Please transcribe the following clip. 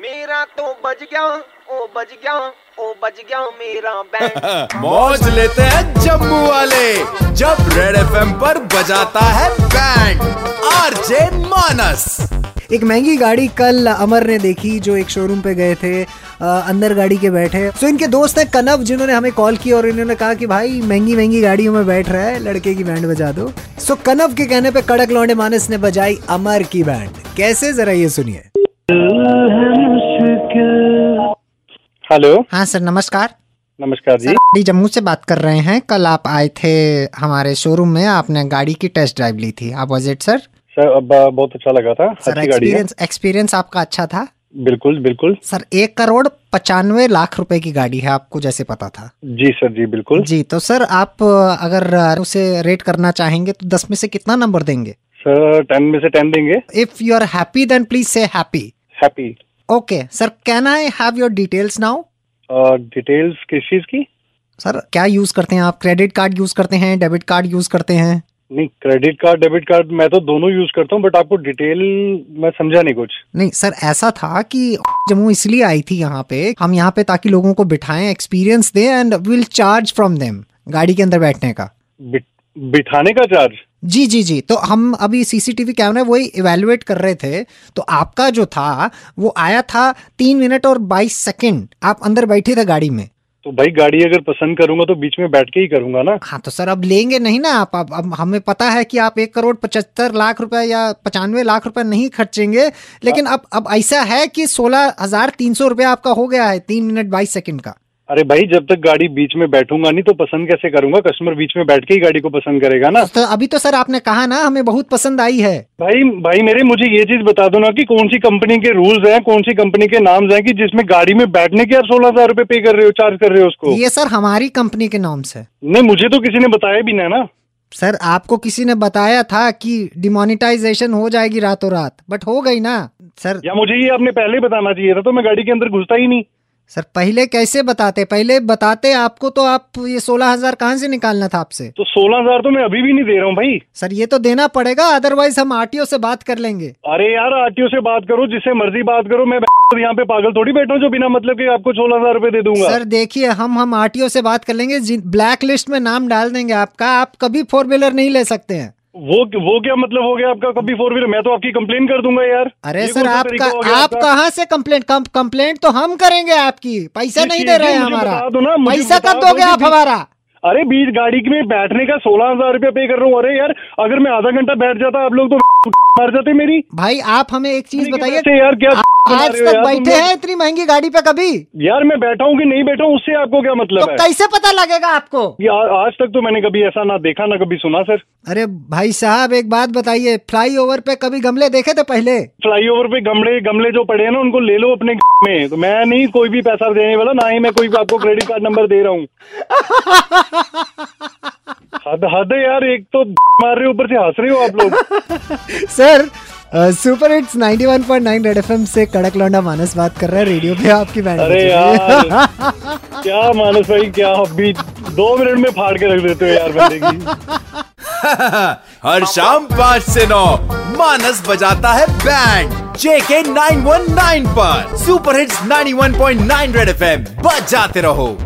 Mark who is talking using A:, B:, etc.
A: मेरा तो बज गया ओ बज गया ओ बज गया मेरा बैंड
B: मौज लेते हैं जम्मू वाले जब रेड एफएम पर बजाता है बैंड आरजे मानस
C: एक महंगी गाड़ी कल अमर ने देखी जो एक शोरूम पे गए थे अ, अंदर गाड़ी के बैठे सो इनके दोस्त हैं कनव जिन्होंने हमें कॉल किया और इन्होंने कहा कि भाई महंगी महंगी गाड़ियों में बैठ रहा है लड़के की बैंड बजा दो सो कनव के कहने पे कड़क लौंडे मानस ने बजाई अमर की बैंड कैसे जरा ये सुनिए
D: हेलो
C: हाँ सर नमस्कार
D: नमस्कार जी
C: गाड़ी जम्मू से बात कर रहे हैं कल आप आए थे हमारे शोरूम में आपने गाड़ी की टेस्ट ड्राइव ली थी आप वॉज सर
D: सर अब आ, बहुत अच्छा लगा था अच्छी गाड़ी है
C: एक्सपीरियंस आपका अच्छा था
D: बिल्कुल बिल्कुल
C: सर एक करोड़ पचानवे लाख रुपए की गाड़ी है आपको जैसे पता था
D: जी सर जी बिल्कुल
C: जी तो सर आप अ, अगर अ, उसे रेट करना चाहेंगे तो दस में से कितना नंबर देंगे
D: सर टेन में से टेन देंगे
C: if you are happy then please say happy
D: happy
C: okay sir can I have your details now
D: और डिटेल्स किस चीज की
C: सर क्या यूज करते हैं आप क्रेडिट कार्ड यूज करते हैं डेबिट कार्ड यूज करते हैं
D: नहीं क्रेडिट कार्ड डेबिट कार्ड मैं तो दोनों यूज करता हूँ बट आपको डिटेल मैं समझा नहीं कुछ
C: नहीं सर ऐसा था कि जम्मू इसलिए आई थी यहाँ पे हम यहाँ पे ताकि लोगों को बिठाएं एक्सपीरियंस दें and will charge from them गाड़ी के अंदर बैठने का
D: बिठ, बिठाने का चार्ज
C: जी जी जी तो हम अभी सीसीटीवी कैमरा वही इवेलुएट कर रहे थे तो आपका जो था वो आया था तीन मिनट और बाईस सेकंड आप अंदर बैठे थे गाड़ी में
D: तो भाई गाड़ी अगर पसंद करूंगा तो बीच में बैठ के ही करूंगा ना
C: हाँ तो सर अब लेंगे नहीं ना आप अब अब हमें पता है कि आप एक करोड़ पचहत्तर लाख रुपए या पचानवे लाख रुपए नहीं खर्चेंगे लेकिन अब अब ऐसा है कि सोलह हजार तीन सौ रुपया आपका हो गया है तीन मिनट बाईस सेकंड का
D: अरे भाई जब तक गाड़ी बीच में बैठूंगा नहीं तो पसंद कैसे करूंगा कस्टमर बीच में बैठ के ही गाड़ी को पसंद करेगा ना
C: तो अभी तो सर आपने कहा ना हमें बहुत पसंद आई है
D: भाई भाई मेरे मुझे ये चीज बता दो ना कि कौन सी कंपनी के रूल्स हैं कौन सी कंपनी के नाम्स हैं कि जिसमें गाड़ी में बैठने के आप सोलह हजार रूपए पे कर रहे हो चार्ज कर रहे हो उसको
C: ये सर हमारी कंपनी के नॉर्म्स है
D: नहीं मुझे तो किसी ने बताया भी ना ना
C: सर आपको किसी ने बताया था कि डिमोनिटाइजेशन हो जाएगी रातों रात बट हो गई ना सर
D: या मुझे ये आपने पहले ही बताना चाहिए था तो मैं गाड़ी के अंदर घुसता ही नहीं
C: सर पहले कैसे बताते पहले बताते आपको तो आप ये सोलह हजार कहाँ से निकालना था आपसे
D: तो सोलह हजार तो मैं अभी भी नहीं दे रहा हूँ भाई
C: सर ये तो देना पड़ेगा अदरवाइज हम आरटीओ से बात कर लेंगे
D: अरे यार आरटीओ से बात करो जिससे मर्जी बात करो मैं यहाँ पे पागल थोड़ी बैठा हूँ जो बिना मतलब के आपको सोलह हजार रूपए दे दूंगा
C: सर देखिए हम हम आरटीओ से बात कर लेंगे ब्लैक लिस्ट में नाम डाल देंगे आपका आप कभी फोर व्हीलर नहीं ले सकते हैं
D: वो वो क्या मतलब हो गया आपका कभी फोर व्हीलर मैं तो आपकी कंप्लेन कर दूंगा यार
C: अरे
D: ये
C: सर
D: कौन सा तरीका
C: आपका
D: हो गया
C: आप
D: आपका?
C: कहाँ से कंप्लेंट कंप्लेंट तो हम करेंगे आपकी पैसा
D: ये
C: नहीं
D: चीज़
C: दे रहे
D: भी
C: हैं
D: मुझे
C: हमारा
D: बता दो ना, मुझे
C: पैसा
D: बता
C: कब
D: दो
C: दोगे
D: कि
C: आप
D: भी-
C: हमारा
D: अरे बीच गाड़ी के में बैठने का सोलह हजार रूपया पे कर रहा हूँ अरे यार अगर मैं आधा घंटा बैठ जाता आप लोग तो मार जाते मेरी
C: भाई आप हमें एक चीज
D: तरीके
C: बताइए
D: से यार क्या
C: आप
D: बना
C: आज
D: रहे
C: तक
D: हो यार तुम
C: बैठे
D: लोग?
C: हैं इतनी महंगी गाड़ी पे कभी
D: यार मैं बैठा हूँ कि नहीं बैठा हूँ उससे आपको क्या
C: तो
D: मतलब है
C: कैसे पता लगेगा आपको
D: यार आज तक तो मैंने कभी ऐसा ना देखा ना कभी सुना सर
C: अरे भाई साहब एक बात बताइए फ्लाईओवर पे कभी गमले देखे थे पहले
D: फ्लाईओवर पे गमले गमले जो पड़े हैं ना उनको ले लो अपने में तो मैं नहीं कोई भी पैसा देने वाला ना ही मैं कोई आपको क्रेडिट कार्ड नंबर दे रहा हूँ हद हद है यार एक तो मार रहे हो ऊपर से हंस रहे हो आप लोग
C: sir super hits 91.9 red FM से कड़क लौंडा मानस बात कर रहा है रेडियो पे आपकी बैंड
D: अरे यार क्या मानस भाई क्या अभी दो मिनट में फाड़ के रख देते हो यार बंदे की
B: हर शाम पाँच से नौ मानस बजाता है बैंड जेके 919 पर सुपर हिट्स 91.9 रेड एफएम बजाते रहो